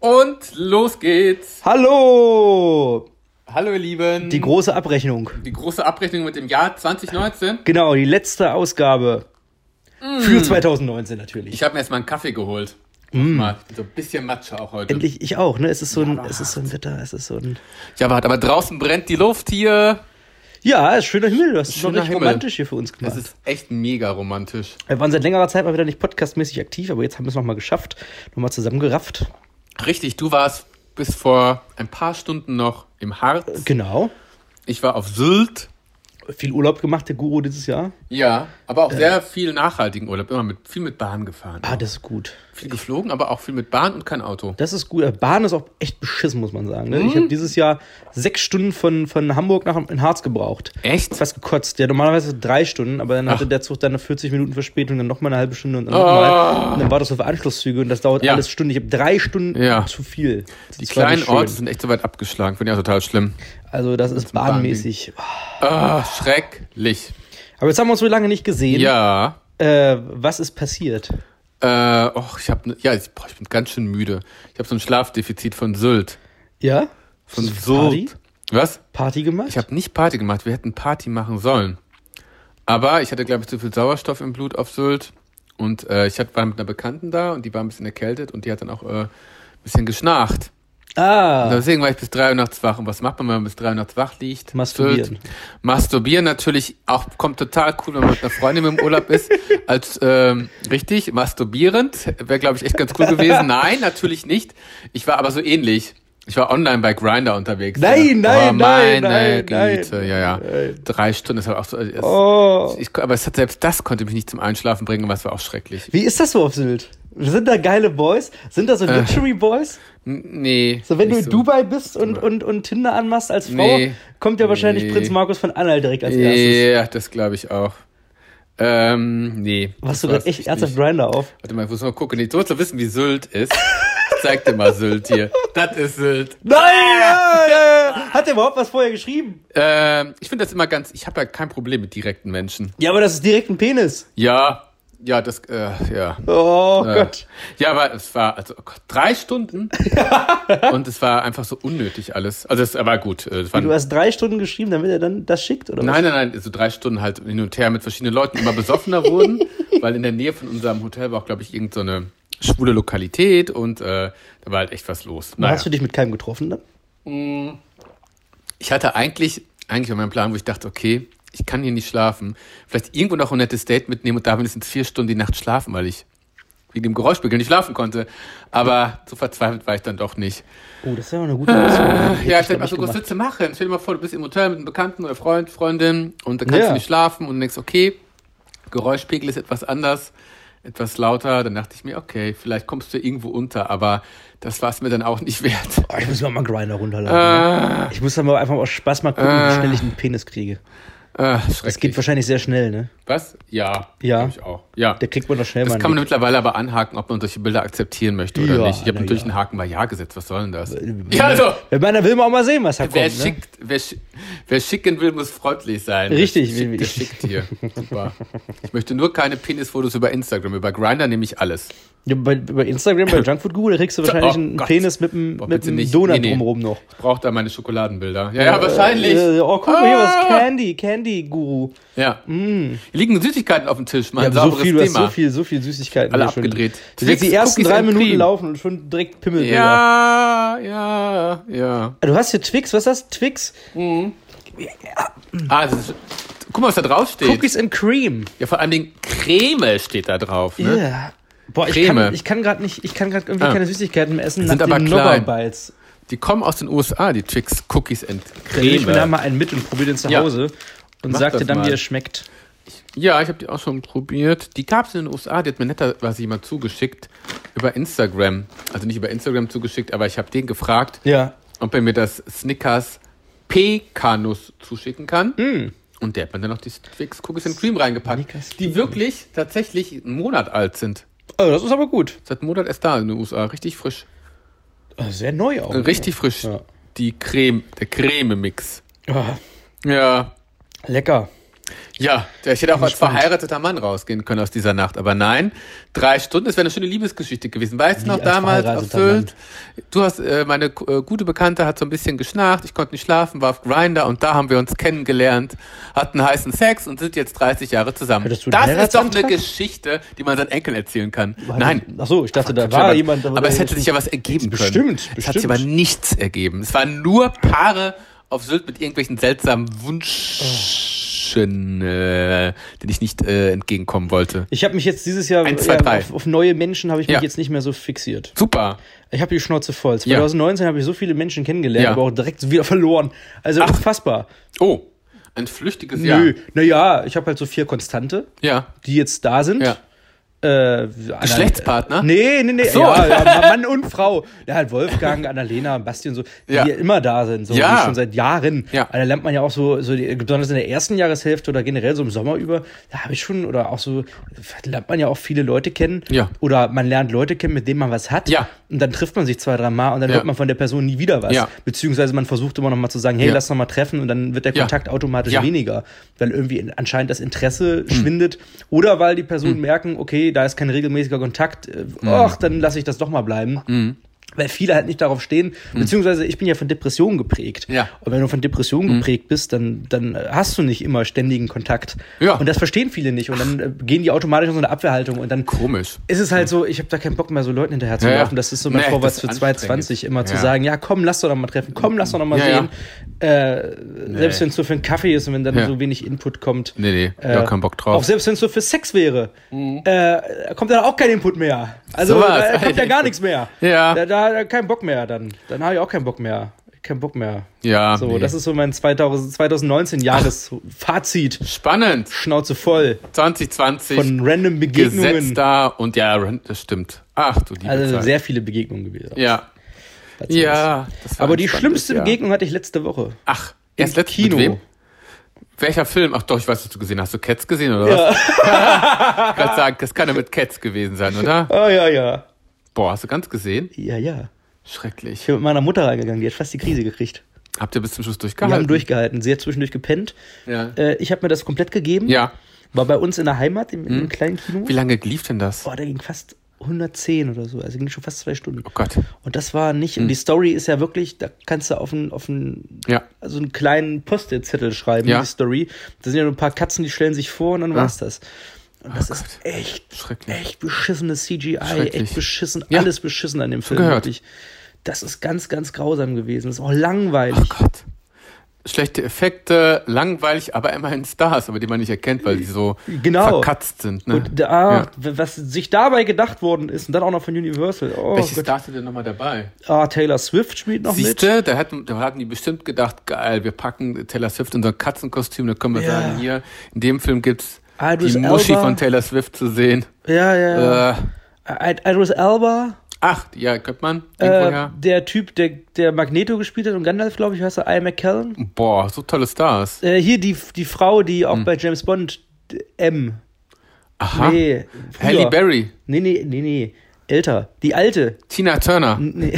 Und los geht's. Hallo! Hallo ihr Lieben. Die große Abrechnung. Die große Abrechnung mit dem Jahr 2019. Genau, die letzte Ausgabe. Mm. Für 2019 natürlich. Ich habe mir erstmal einen Kaffee geholt. Mm. Mal, ich bin so ein bisschen Matsche auch heute. Endlich ich auch, ne? Es ist so ein, es ist so ein Wetter, es ist so ein. Ja, warte, aber draußen brennt die Luft hier. Ja, es ist schöner Himmel. Du hast es noch Schöner nicht Himmel. romantisch hier für uns Es gemacht. ist echt mega romantisch. Wir waren seit längerer Zeit mal wieder nicht podcastmäßig aktiv, aber jetzt haben wir es nochmal geschafft. Nochmal zusammengerafft. Richtig, du warst bis vor ein paar Stunden noch im Harz. Genau. Ich war auf Sylt. Viel Urlaub gemacht, der Guru dieses Jahr. Ja, aber auch sehr viel nachhaltigen Urlaub. Immer mit viel mit Bahn gefahren. Äh. Ah, das ist gut. viel geflogen, aber auch viel mit Bahn und kein Auto. Das ist gut. Bahn ist auch echt beschissen, muss man sagen. Ne? Ich Mhm. habe dieses Jahr sechs Stunden von, von Hamburg nach in Harz gebraucht. Echt? fast gekotzt. Ja, normalerweise drei Stunden, aber dann hatte Ach. der Zug dann eine 40 Minuten Verspätung, dann nochmal eine halbe Stunde und dann Ah. nochmal. Und dann war das auf Anschlusszüge und das dauert Ja. alles Stunden. Ich habe drei Stunden Ja. zu viel. Die Das war kleinen nicht schön. Orte sind echt so weit abgeschlagen. Finde ich auch total schlimm. Also das ist Bahnding. bahnmäßig. Ah, schrecklich. Aber jetzt haben wir uns so lange nicht gesehen. Ja. Äh, was ist passiert? Äh, och, ich hab, ne- ja, ich, boah, ich bin ganz schön müde. Ich habe so ein Schlafdefizit von Sylt. Ja? Von Hast du Party? Sylt. Was? Party gemacht? Ich habe nicht Party gemacht. Wir hätten Party machen sollen. Aber ich hatte, glaube ich, zu viel Sauerstoff im Blut auf Sylt. Und äh, ich hat, war mit einer Bekannten da und die war ein bisschen erkältet und die hat dann auch äh, ein bisschen geschnarcht. ah, Deswegen war ich bis drei Uhr nachts wach. Und was macht man, wenn man bis drei Uhr nachts wach liegt? Masturbieren. Sylt. Masturbieren natürlich auch kommt total cool, wenn man mit einer Freundin im Urlaub ist. Als ähm, richtig masturbierend wäre, glaube ich, echt ganz cool gewesen. Nein, natürlich nicht. Ich war aber so ähnlich. Ich war online bei Grinder unterwegs. Oh, Nein, nein, nein, meine nein, nein. Güte, ja, ja. Nein. Drei Stunden ist halt auch so. Es, Oh. ich, aber es hat, selbst das konnte mich nicht zum Einschlafen bringen, was war auch schrecklich. wie ist das so auf Sylt? Sind da geile Boys? Sind da so Luxury Boys? N nee. So, wenn du in Äh. nicht Dubai bist und, und, und Tinder anmachst als Frau, Nee. kommt ja wahrscheinlich Nee. Prinz Markus von Annal direkt als erstes. Ja, das glaube ich auch. Ähm, nee. Was das du gerade weiß echt ich ernsthaft nicht. Grinder auf? Warte mal, ich muss mal gucken. Du willst doch wissen, wie Sylt ist. Ich zeig dir mal Sylt hier. Das ist Sylt. Nein! Ja, ja, ja. Hat er überhaupt was vorher geschrieben? Ähm, ich finde das immer ganz. Ich habe ja kein Problem mit direkten Menschen. Ja, aber das ist direkt ein Penis. Ja, ja, das, äh, ja. Oh Äh, Gott. Ja, aber es war, also oh Gott, drei Stunden und es war einfach so unnötig alles. Also es war gut. äh, Es waren, Du hast drei Stunden geschrieben, damit er dann das schickt, oder Nein, nein, nein, so drei Stunden halt hin und her mit verschiedenen Leuten, die immer besoffener wurden, weil in der Nähe von unserem Hotel war auch, glaube ich, irgendeine so eine schwule Lokalität und äh, da war halt echt was los. was? Naja. Hast du dich mit keinem getroffen dann? Ich hatte eigentlich, eigentlich war mein Plan, wo ich dachte, okay, ich kann hier nicht schlafen. Vielleicht irgendwo noch ein nettes Date mitnehmen und da mindestens vier Stunden die Nacht schlafen, weil ich wegen dem Geräuschpegel nicht schlafen konnte. Aber so verzweifelt war ich dann doch nicht. Oh, das ist ja auch eine gute Option. Hätte Ah, Ja, ich, stell glaub mal ich, so, was gemacht. willst du machen? Stell dir mal vor, du bist im Hotel mit einem Bekannten oder Freund, Freundin und dann kannst Ja. du nicht schlafen und denkst, okay, Geräuschpegel ist etwas anders, etwas lauter. Dann dachte ich mir, okay, vielleicht kommst du irgendwo unter, aber das war es mir dann auch nicht wert. Ah, Oh, ich muss mir mal Grinder runterladen. ne? Ich muss dann mal einfach mal aus Spaß mal gucken, wie schnell ich einen Penis kriege. Äh, Das geht schrecklich. wahrscheinlich sehr schnell, ne? Was? Ja. Ja. glaub Ich auch. Ja. Der kriegt man doch schnell Das mal. kann man einen mittlerweile aber anhaken, ob man solche Bilder akzeptieren möchte oder Ja, nicht. Ich habe na natürlich ja. Äh, einen Haken bei Ja gesetzt. Was soll denn das? Weg. Ja, also, Wenn man da will, man auch mal sehen, was da wer, kommt. Ne? schickt, wer, schi- wer schicken will, muss freundlich sein. Wer Richtig, schickt, der ich- schickt hier. Super. Ich möchte nur keine Penisfotos über Instagram. Über Grinder nehme ich alles. Ja, bei, bei Instagram, bei Junkfood Google, da kriegst du wahrscheinlich Oh einen Gott. Penis mit einem, Boah, mit bitte einem nicht. Donut Nee, nee. drumherum noch. Ich brauche da meine Schokoladenbilder. Ja, ja, wahrscheinlich. Äh, oh, guck mal, hier was Ah! Candy, Candy-Guru. Ja. Hier liegen Süßigkeiten auf dem Tisch. Mein Mm. Ja, so sauberes viel, du hast Thema. so viel, so viel Süßigkeiten. Alle hier schon. abgedreht. Das jetzt die Twix, ersten Cookies drei and Minuten Cream. laufen und schon direkt Pimmelbilder. Ja, ja, ja. Du hast hier Twix, was ist das? Twix? Ah, das ist, guck mal, was da drauf steht. Cookies and Cream. Ja, vor allen Dingen Creme steht da drauf. Ne? Yeah. Boah, ich Creme. kann, ich kann gerade nicht, ich kann gerade irgendwie Ah. keine Süßigkeiten mehr essen. Sind nach aber den klein. Bites. Die kommen aus den USA, die Twix Cookies and Dann nehme ich mir da Creme. mal einen mit und probiere den zu Ja. Hause. Und Mach sag dir das dann, mal. wie er schmeckt. Ja, ich habe die auch schon probiert. Die gab es in den USA, die hat mir netterweise jemand zugeschickt über Instagram. Also nicht über Instagram zugeschickt, aber ich habe den gefragt, Ja. ob er mir das Snickers Pekanus zuschicken kann. Und der hat mir dann noch die Twix Cookies and Cream reingepackt, Hm. Snickers die wirklich tatsächlich einen Monat alt sind. Oh, das ist aber gut. Seit einem Monat erst da in den USA, richtig frisch. Äh, Oh, Sehr neu auch. Richtig frisch. Ja. Die Creme, der Creme-Mix. Ah, Ja, lecker. Ja, ich hätte auch als gespannt. verheirateter Mann rausgehen können aus dieser Nacht, aber nein. Drei Stunden, das wäre eine schöne Liebesgeschichte gewesen. Weißt du Wie noch als damals verheirateter erfüllt? Du hast, äh, meine äh, gute Bekannte hat so ein bisschen geschnarcht, ich konnte nicht schlafen, war auf Grinder und da haben wir uns kennengelernt, hatten heißen Sex und sind jetzt 30 Jahre zusammen. Hattest du Das einen ist doch eine Heiratsantrag? Geschichte, die man seinen Enkeln erzählen kann. Nein. Ach so, ich dachte, da Quatsch, war aber, jemand. aber es hätte sich ja was ergeben Bestimmt, können. Es hat bestimmt. sich aber nichts ergeben. Es waren nur Paare auf Sylt mit irgendwelchen seltsamen Wünschen, äh, denen ich nicht äh, entgegenkommen wollte. Ich habe mich jetzt dieses Jahr Eins, zwei, ja, drei. auf, auf neue Menschen habe ich mich Ja. jetzt nicht mehr so fixiert. Super. Ich habe die Schnauze voll. Ja. 2019 habe ich so viele Menschen kennengelernt, Ja. aber auch direkt wieder verloren. Also unfassbar. Oh, ein flüchtiges Nö, naja, ich habe halt so vier Konstante, Ja. die jetzt da sind. Ja. Äh, Geschlechtspartner? Anna- Nee, nee, nee. so. Ja, ja, Mann und Frau. Ja, halt Wolfgang, Annalena, Basti und so, die Ja. ja. immer da sind, so Ja. die schon seit Jahren. Ja. Aber Da lernt man ja auch so, so die, besonders in der ersten Jahreshälfte oder generell so im Sommer über, da habe ich schon, oder auch so, lernt man ja auch viele Leute kennen. Ja. Oder man lernt Leute kennen, mit denen man was hat. Ja. Und dann trifft man sich zwei, drei Mal und dann Ja. hört man von der Person nie wieder was. Ja. Beziehungsweise man versucht immer noch mal zu sagen, hey, Ja. lass noch mal treffen und dann wird der Ja. Kontakt automatisch Ja. Hm. weniger, weil irgendwie in- anscheinend das Interesse schwindet oder weil die Personen merken, okay, da ist kein regelmäßiger Kontakt, äh, Hm. ach, dann lasse ich das doch mal bleiben. Weil viele halt nicht darauf stehen, beziehungsweise ich bin ja von Depressionen geprägt. Hm. Ja. Hm. Und wenn du von Depressionen geprägt bist, dann, dann äh, hast du nicht immer ständigen Kontakt. Ja. Und das verstehen viele nicht. Und dann äh, gehen die automatisch in so eine Abwehrhaltung. Und dann Komisch. ist es halt so, ich habe da keinen Bock mehr, so Leuten hinterher zu Ja, ja. laufen. Das ist so mein Nee, Vorwärts das für ist 2020, immer anstrengend. zu Ja. sagen, ja komm, lass doch noch mal treffen, komm, lass doch noch mal Ja, ja. sehen. Äh, Selbst wenn es nur für einen Kaffee ist und wenn dann Ja. so wenig Input kommt. äh, Nee, nee, ich hab keinen Bock drauf. Mhm. Auch selbst wenn es nur für Sex wäre, äh, kommt dann auch kein Input mehr. Also So was. da kommt ja gar nichts mehr. Ja. Da, da, da kein Bock mehr dann. Dann habe ich auch keinen Bock mehr. Kein Bock mehr. Ja, So, nee. das ist so mein 2000, 2019 Jahres-Fazit. Spannend. Schnauze voll 2020 von random gesetzt Begegnungen. da und ja, das stimmt. Ach du liebe Also Zeit. sehr viele Begegnungen gewesen. ja. Das ist- Ja. das war Aber ein die spannendes schlimmste Jahr. Begegnung hatte ich letzte Woche. Ach, erst Im letztes Kino. Mit wem? Welcher Film? Ach doch, ich weiß, was du gesehen hast. Hast du Cats gesehen oder was? ich kann sagen, das kann ja mit Cats gewesen sein, oder? Oh ja, ja. Boah, hast du ganz gesehen? Ja, ja. Ich Schrecklich. bin mit meiner Mutter reingegangen, die hat fast die Krise gekriegt. Habt ihr bis zum Schluss Wir durchgehalten? haben durchgehalten. Sie hat zwischendurch gepennt. Ja. Äh, ich habe mir das komplett gegeben. ja. Hm. War bei uns in der Heimat, im, im kleinen Kino. Wie lange lief denn das? Boah, da ging fast 110 oder so. Also ging schon fast zwei Stunden. Oh Gott. Und das war nicht. Und die Story ist ja wirklich, da kannst du auf einen, auf einen, Hm. Ja. also einen kleinen Post-it-Zettel schreiben, Ja. die Story. Da sind ja nur ein paar Katzen, die stellen sich vor und dann war's das. Und das Oh ist Gott. echt, Schrecklich. echt beschissenes CGI, Schrecklich. echt beschissen, Ja. alles beschissen an dem Film. gehört. Wirklich. Das ist ganz, ganz grausam gewesen. Das ist auch langweilig. Oh Gott. Schlechte Effekte, langweilig, aber immerhin Stars, aber die man nicht erkennt, weil die so Genau. verkatzt sind. Ne? und da, Ja. w- was sich dabei gedacht worden ist, und dann auch noch von Universal. Oh Welche Gott. Stars sind denn nochmal dabei? Ah, Taylor Swift spielt noch mit. Siehste, da hatten, da hatten die bestimmt gedacht, geil, wir packen Taylor Swift in so ein Katzenkostüm, da können wir Ja. sagen, hier, in dem Film gibt's Idris die Muschi Elba. von Taylor Swift zu sehen. Ja, ja, ja. Äh, Id- Idris Elba. ach, ja, könnte man Äh, irgendwoher. der Typ, der, der Magneto gespielt hat und Gandalf, glaube ich, heißt er, I. McKellen. Boah, so tolle Stars. Äh, hier die, die Frau, die Hm. auch bei James Bond d- M. Aha. Nee, früher. Halle Berry, Nee, nee, nee, nee. Älter. Die alte. Tina Turner. Nee.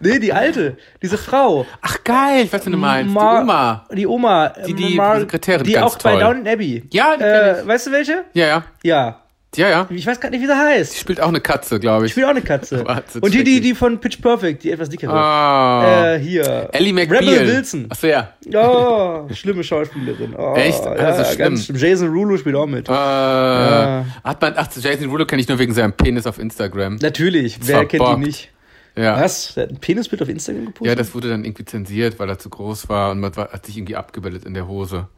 nee, die alte. Diese Frau. Ach geil, ich weiß, was du meinst. Ma- die Oma. Die Oma. Die- die Ma- Sekretärin, Die ganz auch bei toll. Downton Abbey. Ja, die kenn äh, Weißt du welche? Ja, ja. Ja. Ja, ja. Ich weiß gerade nicht, wie sie heißt. Ich Spielt auch eine Katze, glaube ich. spiele auch eine Katze. Wahnsinn, Und hier die, schrecklich. die von Pitch Perfect, die etwas dickere. Ah. Äh, hier. Ellie McBeal. Rebel Wilson. Achso, ja. Oh, schlimme Schauspielerin. Oh, Echt? Ja, Also schlimm. Ganz schlimm. Jason Rulo spielt auch mit. Äh, Ja. Hat man, ach, Jason Rulo kenne ich nur wegen seinem Penis auf Instagram. Natürlich, wer kennt verbockt. die nicht? Ja. Was? Der hat ein Penisbild auf Instagram Ja, gepostet? das wurde dann irgendwie zensiert, weil er zu groß war und man war- hat sich irgendwie abgebildet in der Hose.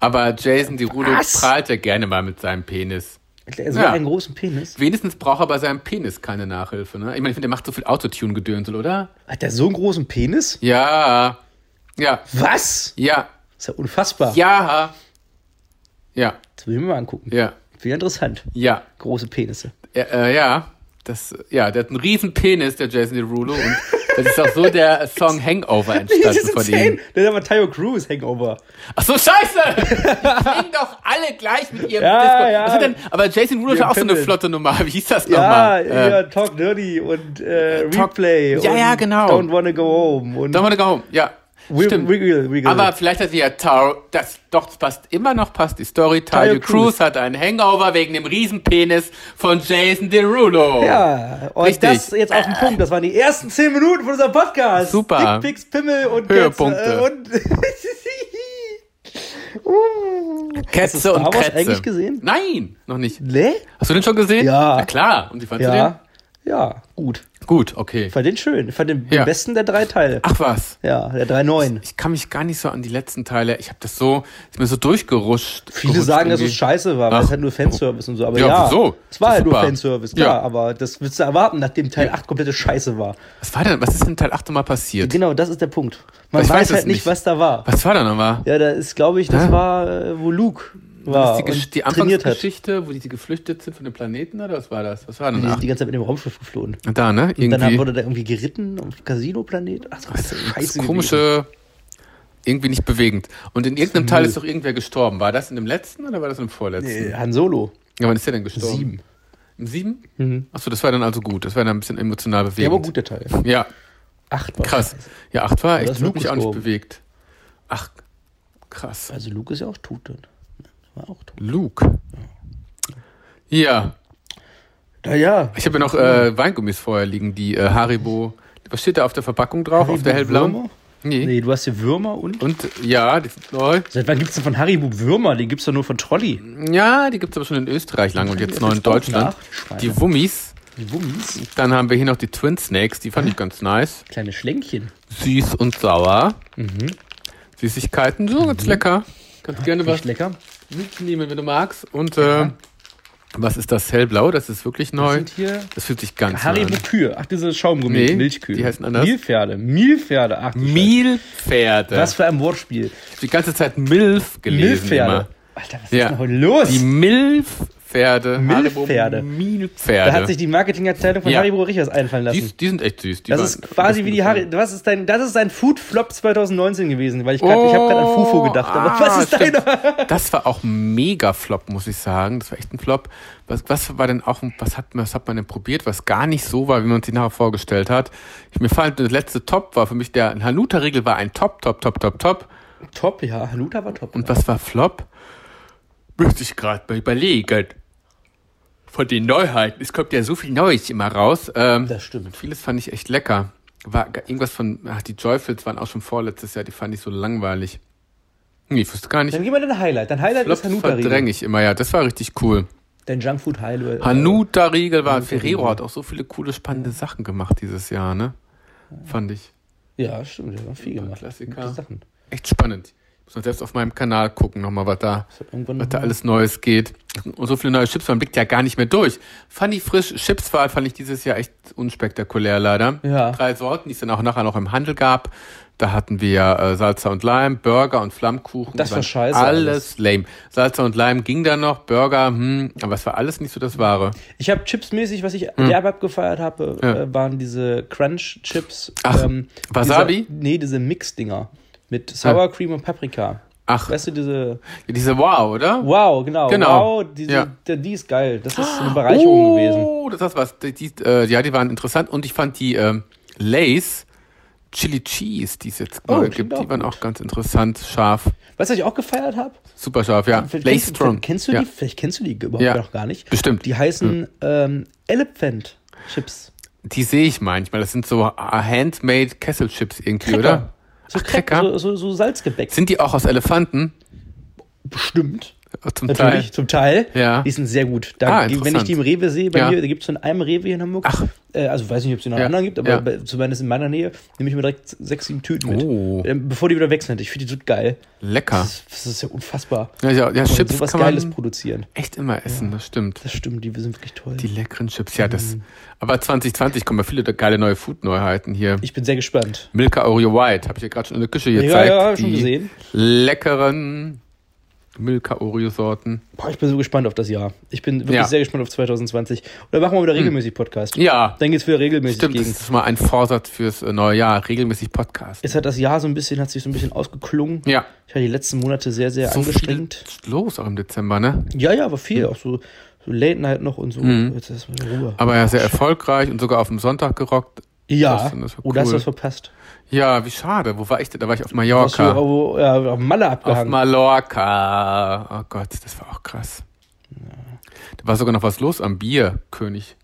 Aber Jason Derulo Was? prahlt ja gerne mal mit seinem Penis. Ja, so ja. einen großen Penis. Wenigstens braucht er bei seinem Penis keine Nachhilfe, ne? Ich meine, ich finde, der macht so viel Autotune-Gedönsel, oder? Hat der so einen großen Penis? Ja. Ja. Was? Ja. Ist ja unfassbar. Ja. Ja. Das will ich mir mal angucken. Ja. Viel interessant. Ja. Große Penisse. Ja, äh, ja. Das, ja, der hat einen riesen Penis, der Jason Derulo. Und das ist auch so der Song Hangover Das entstanden ist von ihm. insane. Das ist aber Tayo Cruz Hangover. Ach so, scheiße! Die klingen doch alle gleich mit ihrem Ja, Discord. ja. Was hat denn, aber Jason Rudolph hat auch so eine Pimmel. flotte Nummer. Wie hieß das Ja, nochmal? Äh, ja, Ah, Talk Dirty und äh, Talk- Replay. Ja, und ja, genau. Don't Wanna Go Home. Und Don't wanna go home. Ja. Stimmt. wiggle, wiggle. Aber vielleicht hat sie ja Taro, das doch passt immer noch, passt die Story. Tayo Tayo Cruz. Cruz hat einen Hangover wegen dem Riesenpenis von Jason Derulo. ja, und Richtig. das jetzt auf den Punkt. Das waren die ersten zehn Minuten von unserem Podcast. Super. Dickpics, Pimmel und Höhepunkte. Kids, äh, und Uh. Kätze Hast du Star und Wars Krätze. eigentlich gesehen? Nein, noch nicht. Ne? Hast du den schon gesehen? Ja. Na klar. Und wie fandst Ja. Ja, gut. du den? Gut, okay. Ich fand den schön. Ich fand den, Ja. den besten der drei Teile. Ach was. Ja, der drei neuen. Ich kann mich gar nicht so an die letzten Teile. Ich habe das so, ist mir so durchgerutscht. Viele gerutscht sagen, dass irgendwie. es scheiße war, weil Ach. es halt nur Fanservice und so. Aber Ja, ja, wieso? es war halt nur Super. Fanservice, klar. Ja. Aber das willst du erwarten, nachdem Teil 8 komplette Scheiße war. Was war denn? Was ist in Teil 8 nochmal passiert? Genau, das ist der Punkt. Man Ich weiß, weiß es halt nicht, nicht. was da war. Was war da nochmal? Ja, da ist, glaube ich, das war, äh, wo Luke war die, Gesch- und die trainiert hat. Die Anfangsgeschichte, wo die die geflüchtet sind von dem Planeten oder was war das? Was war denn sind da? die ganze Zeit mit dem Raumschiff geflohen. Da, ne? Irgendwie. Und dann wurde da irgendwie geritten auf Casino-Planet. Ach, das ist das scheiße. gewesen. komische, irgendwie nicht bewegend. Und in irgendeinem Teil Müll. ist doch irgendwer gestorben. War das in dem letzten oder war das in dem vorletzten? Äh, Han Solo. Ja, wann ist der denn gestorben? Sieben. Im sieben? Achso, das war dann also gut. Das war dann ein bisschen emotional bewegend. Ja, aber gut, der Teil. Ja, Acht war krass. scheiße. Ja, acht war da echt ist Luke wirklich auch nicht gestorben. bewegt. Ach, krass. Also Luke ist ja auch tot dann. War auch tot. Luke. Ja, Naja, Ich habe ja noch äh, Weingummis vorher liegen, die äh, Haribo. Was steht da auf der Verpackung drauf? auf der Haribo hellblauen? Würmer? Nee. nee, du hast hier Würmer und Und ja, die sind neu. Seit wann gibt's denn von Haribo Würmer? Die gibt's doch nur von Trolli. Ja, die gibt es aber schon in Österreich lange und jetzt neu in Jetzt auch Deutschland. nach, Schweine. Die Wummis. Die Wummis. Dann haben wir hier noch die Twin Snakes, die fand ich ganz nice. Kleine Schlänkchen. Süß und sauer. Mhm. Süßigkeiten, so ganz lecker. Kannst gerne was Echt lecker. mitnehmen, wenn du magst. Und äh, was ist das hellblau? Das ist wirklich Das neu. sind hier Das fühlt sich ganz neu Haribo an. Kühe. Ach, diese Schaumgummi, Nee, Milchkühe. die heißen anders. Milpferde. Milpferde. Ach, du Scheiße. Milpferde. Was für ein Wortspiel. Ich hab die ganze Zeit Milf gelesen. Immer. Milpferde. Alter, was Ja. ist denn heute los? Die Milf-Pferde. Milf-Pferde. Haribo da hat Milf-Pferde. sich die Marketingabteilung von Also- Ja. Haribo richtig was einfallen Die, lassen. ist- die sind echt süß. Die Das waren- ist quasi wie die Harry. Was ist dein, das ist dein Food Flop 2019 gewesen, weil ich gerade, ich habe Oh, gerade an Fufu gedacht, aber ah, was ist stimmt. deiner? Das war auch ein mega Flop, muss ich sagen. Das war echt ein Flop. Was, was war denn auch, was hat, man- was hat man denn probiert, was gar nicht so war, wie man sich nachher vorgestellt hat? Ich, mir fand, das letzte Top war für mich der Hanuta-Riegel war ein Top, Top, Top, Top, Top. Top, ja, Hanuta war top. Und was war Flop? Müsste ich gerade mal überlegen. Von den Neuheiten. Es kommt ja so viel Neues immer raus. Ähm, das stimmt. Vieles fand ich echt lecker. War g- irgendwas von, ach, die Joyfuls waren auch schon vorletztes Jahr, die fand ich so langweilig. Nee, ich wusste gar nicht. Dann geh mal dein Highlight. Dein Highlight Flop ist Hanuta-Riegel. verdränge ich immer, ja, das war richtig cool. Dein Junkfood äh, Highlight. Hanuta Riegel war, Ferrero hat auch so viele coole, spannende Sachen gemacht dieses Jahr, ne? Fand ich Ja, stimmt, der war viel gemacht. Klassiker. Gute Sachen. echt spannend. Ich muss mal selbst auf meinem Kanal gucken nochmal, was da, Das hat irgendwann was da alles Neues geht. Und so viele neue Chips, man blickt ja gar nicht mehr durch. Fand ich frisch, Chipswahl fand ich dieses Jahr echt unspektakulär leider. Ja. Drei Sorten, die es dann auch nachher noch im Handel gab. Da hatten wir äh, Salsa und Lime, Burger und Flammkuchen. Das Die war waren scheiße Alles lame. Salsa und Lime ging da noch, Burger, hm, aber es war alles nicht so das Wahre. Ich habe Chipsmäßig, was ich Hm. mhm. derb abgefeiert habe, äh, waren diese Crunch-Chips. ähm, Ach, Wasabi? Diese, nee, diese Mix-Dinger. Mit Sour Cream und Paprika. Ach, Weißt du, diese. diese Wow, oder? Wow, genau. Genau. Wow, diese, Ja. Ah, der, die ist geil. Das ist eine Bereicherung gewesen. Oh, das ist was. Die, die, äh, ja, die waren interessant und ich fand die ähm, Lays Chili Cheese, die es jetzt Oh, neu klingt gibt, auch die waren gut. auch ganz interessant, scharf, Weißt du, was ich auch gefeiert habe? super scharf, ja. Vielleicht Lays kennst- Strong. Kennst du ja. die? Vielleicht kennst du die überhaupt Ja. Hm. noch gar nicht. Bestimmt. Die heißen ähm, Elephant Chips. Die sehe ich manchmal. Das sind so äh, handmade Kesselchips irgendwie, Cracker. oder? So, Ach, Crack- Cracker? so, so, so Salzgebäck. Sind die auch aus Elefanten? Bestimmt. Zum Natürlich, Teil. zum Teil. Ja. Die sind sehr gut. Da, Ah, wenn ich die im Rewe sehe, bei Ja. mir, da gibt es in einem Rewe hier in Hamburg. Ach. Äh, also weiß nicht, ob es in einem Ja. anderen gibt, aber Ja. bei, zumindest in meiner Nähe nehme ich mir direkt sechs, sieben Tüten mit. Oh. Ähm, bevor die wieder weg sind. Ich finde die so geil. Lecker. Das, ist- das ist ja unfassbar. Ja, ja, ja Und Chips sowas kann man Geiles produzieren. echt immer essen, das stimmt. Das Mhm. stimmt, die sind wirklich toll. Die leckeren Chips, ja, das. Aber 2020 kommen ja viele geile neue Food-Neuheiten hier. Ich bin sehr gespannt. Milka Oreo White, habe ich ja gerade schon in der Küche gezeigt. ja, hab ich schon die gesehen. Leckeren Milka Oreo Sorten. Boah, ich bin so gespannt auf das Jahr. Ich bin wirklich Ja. Hm. sehr gespannt auf 2020. Oder machen wir wieder regelmäßig Podcast. Ja, Dann geht es wieder regelmäßig stimmt, das gegen. ist mal ein Vorsatz fürs äh, neue Jahr, regelmäßig Podcast. Jetzt hat das Jahr so ein bisschen, hat sich so ein bisschen ausgeklungen. Ja, Ich war die letzten Monate sehr, sehr so viel angestrengt. los auch im Dezember, ne? Ja, ja, aber viel. Auch so, Hm. so Late Night noch und so. Jetzt erstmal in Ruhe. Aber ja, sehr erfolgreich und sogar auf dem Sonntag gerockt. Ja, Ah, Das- das war oder hast du cool. das verpasst? Ja, wie schade. Wo war ich denn? Da war ich auf Hast du Mallorca. irgendwo, äh, auf Malle Auf abgehangen? Mallorca. Oh Gott, das war auch krass. Da war sogar noch was los am Bierkönig.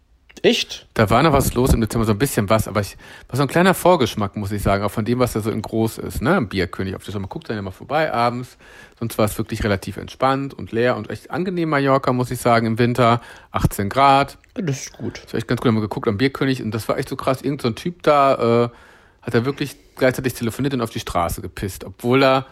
Echt? Da war noch was los im Dezember, so ein bisschen was, aber ich war so ein kleiner Vorgeschmack, muss ich sagen, auch von dem, was da so in groß ist, ne? Am Bierkönig. Auf der man guckt dann immer vorbei abends. Sonst war es wirklich relativ entspannt und leer und echt angenehm Mallorca, muss ich sagen, im Winter. 18 Grad. Ja, Das ist gut. Das war echt ganz cool, haben wir geguckt am Bierkönig und das war echt so krass. Irgend so ein Typ da äh, hat er wirklich gleichzeitig telefoniert und auf die Straße gepisst, obwohl er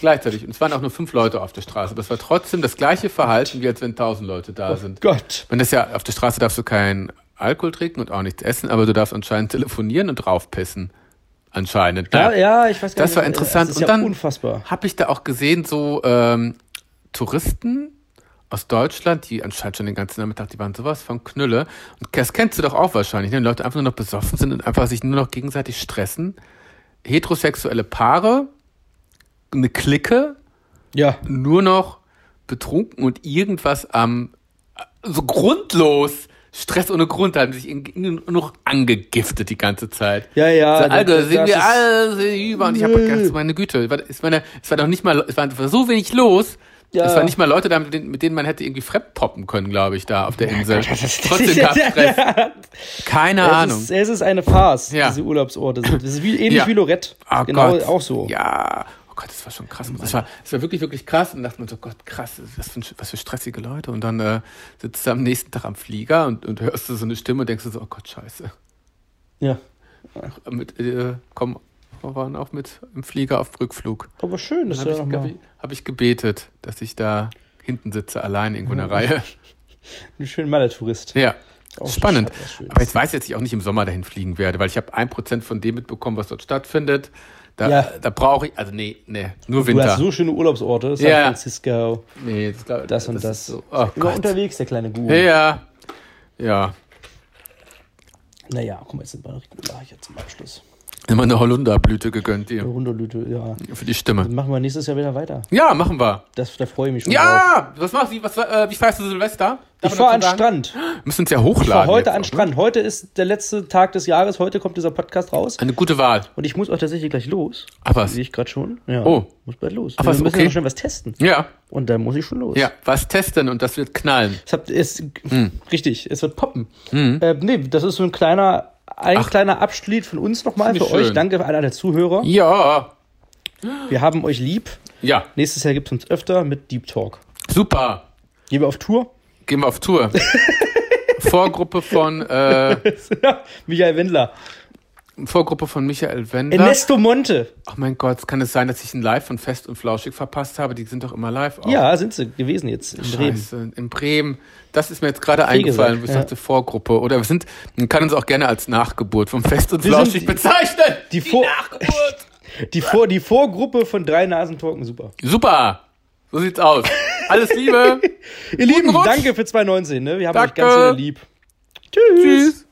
gleichzeitig, und es waren auch nur fünf Leute auf der Straße, aber es war trotzdem das gleiche Verhalten, wie als wenn tausend Leute da sind. Gott. Wenn das ja, auf der Straße darfst du keinen Alkohol trinken und auch nichts essen, aber du darfst anscheinend telefonieren und draufpissen. Anscheinend. Ja, ne? ja, ich weiß gar Das nicht. war interessant. Das ist Und ja dann- unfassbar. Hab ich da auch gesehen, so ähm, Touristen aus Deutschland, die anscheinend schon den ganzen Nachmittag, die waren sowas von Knülle. Und das kennst du doch auch wahrscheinlich, ne? Wenn Leute einfach nur noch besoffen sind und einfach sich nur noch gegenseitig stressen. Heterosexuelle Paare, eine Clique, Ja. nur noch betrunken und irgendwas am so grundlos. Stress ohne Grund haben sich in- in- nur noch angegiftet die ganze Zeit. Ja, ja, So, Alter, Ah, das- sind das wir ist- alle hinüber. Und ich habe Nö. gedacht, meine Güte, war- es war, eine, es war doch nicht mal, es war so wenig los. Ja. Es waren nicht mal Leute da, mit denen, mit denen man hätte irgendwie fremd poppen können, glaube ich, da auf der Insel. Trotzdem gab es Stress. Keine Es Ahnung. ist, es ist eine Farce, Ja. diese Urlaubsorte. sind. Das ist wie, ähnlich Ja. wie Lorette. Oh genau, Gott. auch so. Ja. Oh Gott, das war schon krass. Das war, das war wirklich, wirklich krass. Und dachte man so, Gott, krass, was für, ein- was für stressige Leute. Und dann äh, sitzt du am nächsten Tag am Flieger und, und hörst du so eine Stimme und denkst du so, oh Gott, scheiße. Ja. Mit, äh, komm, wir waren auch mit im Flieger auf Rückflug. Aber schön, dass du Habe da ich, hab ich, nochmal hab ich gebetet, dass ich da hinten sitze, allein irgendwo in der Reihe. einen schönen Malertourist. Ja, Mhm. Auch spannend. schon was Schönes. Aber jetzt weiß ich, dass ich auch nicht im Sommer dahin fliegen werde, weil ich habe ein Prozent von dem mitbekommen, was dort stattfindet. Da, Ja. da brauche ich, also nee, nee, nur Du Winter. hast so schöne Urlaubsorte. San Ja. Francisco, Nee, das, glaub, das und ist das. So, oh Immer Gott. unterwegs, der kleine Guru. Ja, ja, ja. Naja, guck mal, jetzt sind wir regular hier zum Abschluss. Immer eine Holunderblüte gegönnt dir Runderlüte, ja. für die Dann Stimme. machen wir nächstes Jahr wieder weiter. Ja, machen wir. Das, da freue ich mich schon drauf. Ja, was machst du? Was, äh, wie feierst du Silvester? Darf Oh. Ich man fahre an dazu den sagen? Strand. Wir müssen uns ja Ich fahre hochladen. heute jetzt an auch, ne? den Strand. Heute ist der letzte Tag des Jahres. Heute kommt dieser Podcast raus. Eine gute Wahl. Und ich muss auch tatsächlich gleich los. Ach was. Sehe ich gerade schon. Ja. Oh. Muss bald los. Ach wir was, müssen okay. ja noch schnell was testen. Ja, Und dann muss ich schon los. ja. Mhm. Was testen und das wird knallen. Es hat, es, Richtig, es wird poppen. Mhm. Äh, nee, das ist so ein kleiner, ein kleiner Abschied von uns nochmal Find für ich euch. schön. Danke an alle Zuhörer. Ja, Wir haben euch lieb. ja. Nächstes Jahr gibt es uns öfter mit Deep Talk. Super. Gehen wir auf Tour? Gehen wir auf Tour. Vorgruppe von äh, Michael Wendler. Vorgruppe von Michael Wendler. Ernesto Monte. Ach mein Gott, kann es sein, dass ich ein Live von Fest und Flauschig verpasst habe? Die sind doch immer live auch. Ja, sind sie gewesen jetzt in Bremen. Oh. Scheiße, in Bremen. Das ist mir jetzt gerade Fehlgesagt, eingefallen, wo ich ja. sagte Vorgruppe. Oder wir sind, man kann uns auch gerne als Nachgeburt vom Fest und Wir sind Flauschig die- bezeichnen. die Vor- Nachgeburt. Die, Vor die Vorgruppe von drei Nasentalken, super. Super. So sieht's aus. Alles Liebe. Ihr Lieben, Rutsch. danke für 2019. Ne? Wir haben euch Danke. ganz sehr lieb. Tschüss. Tschüss.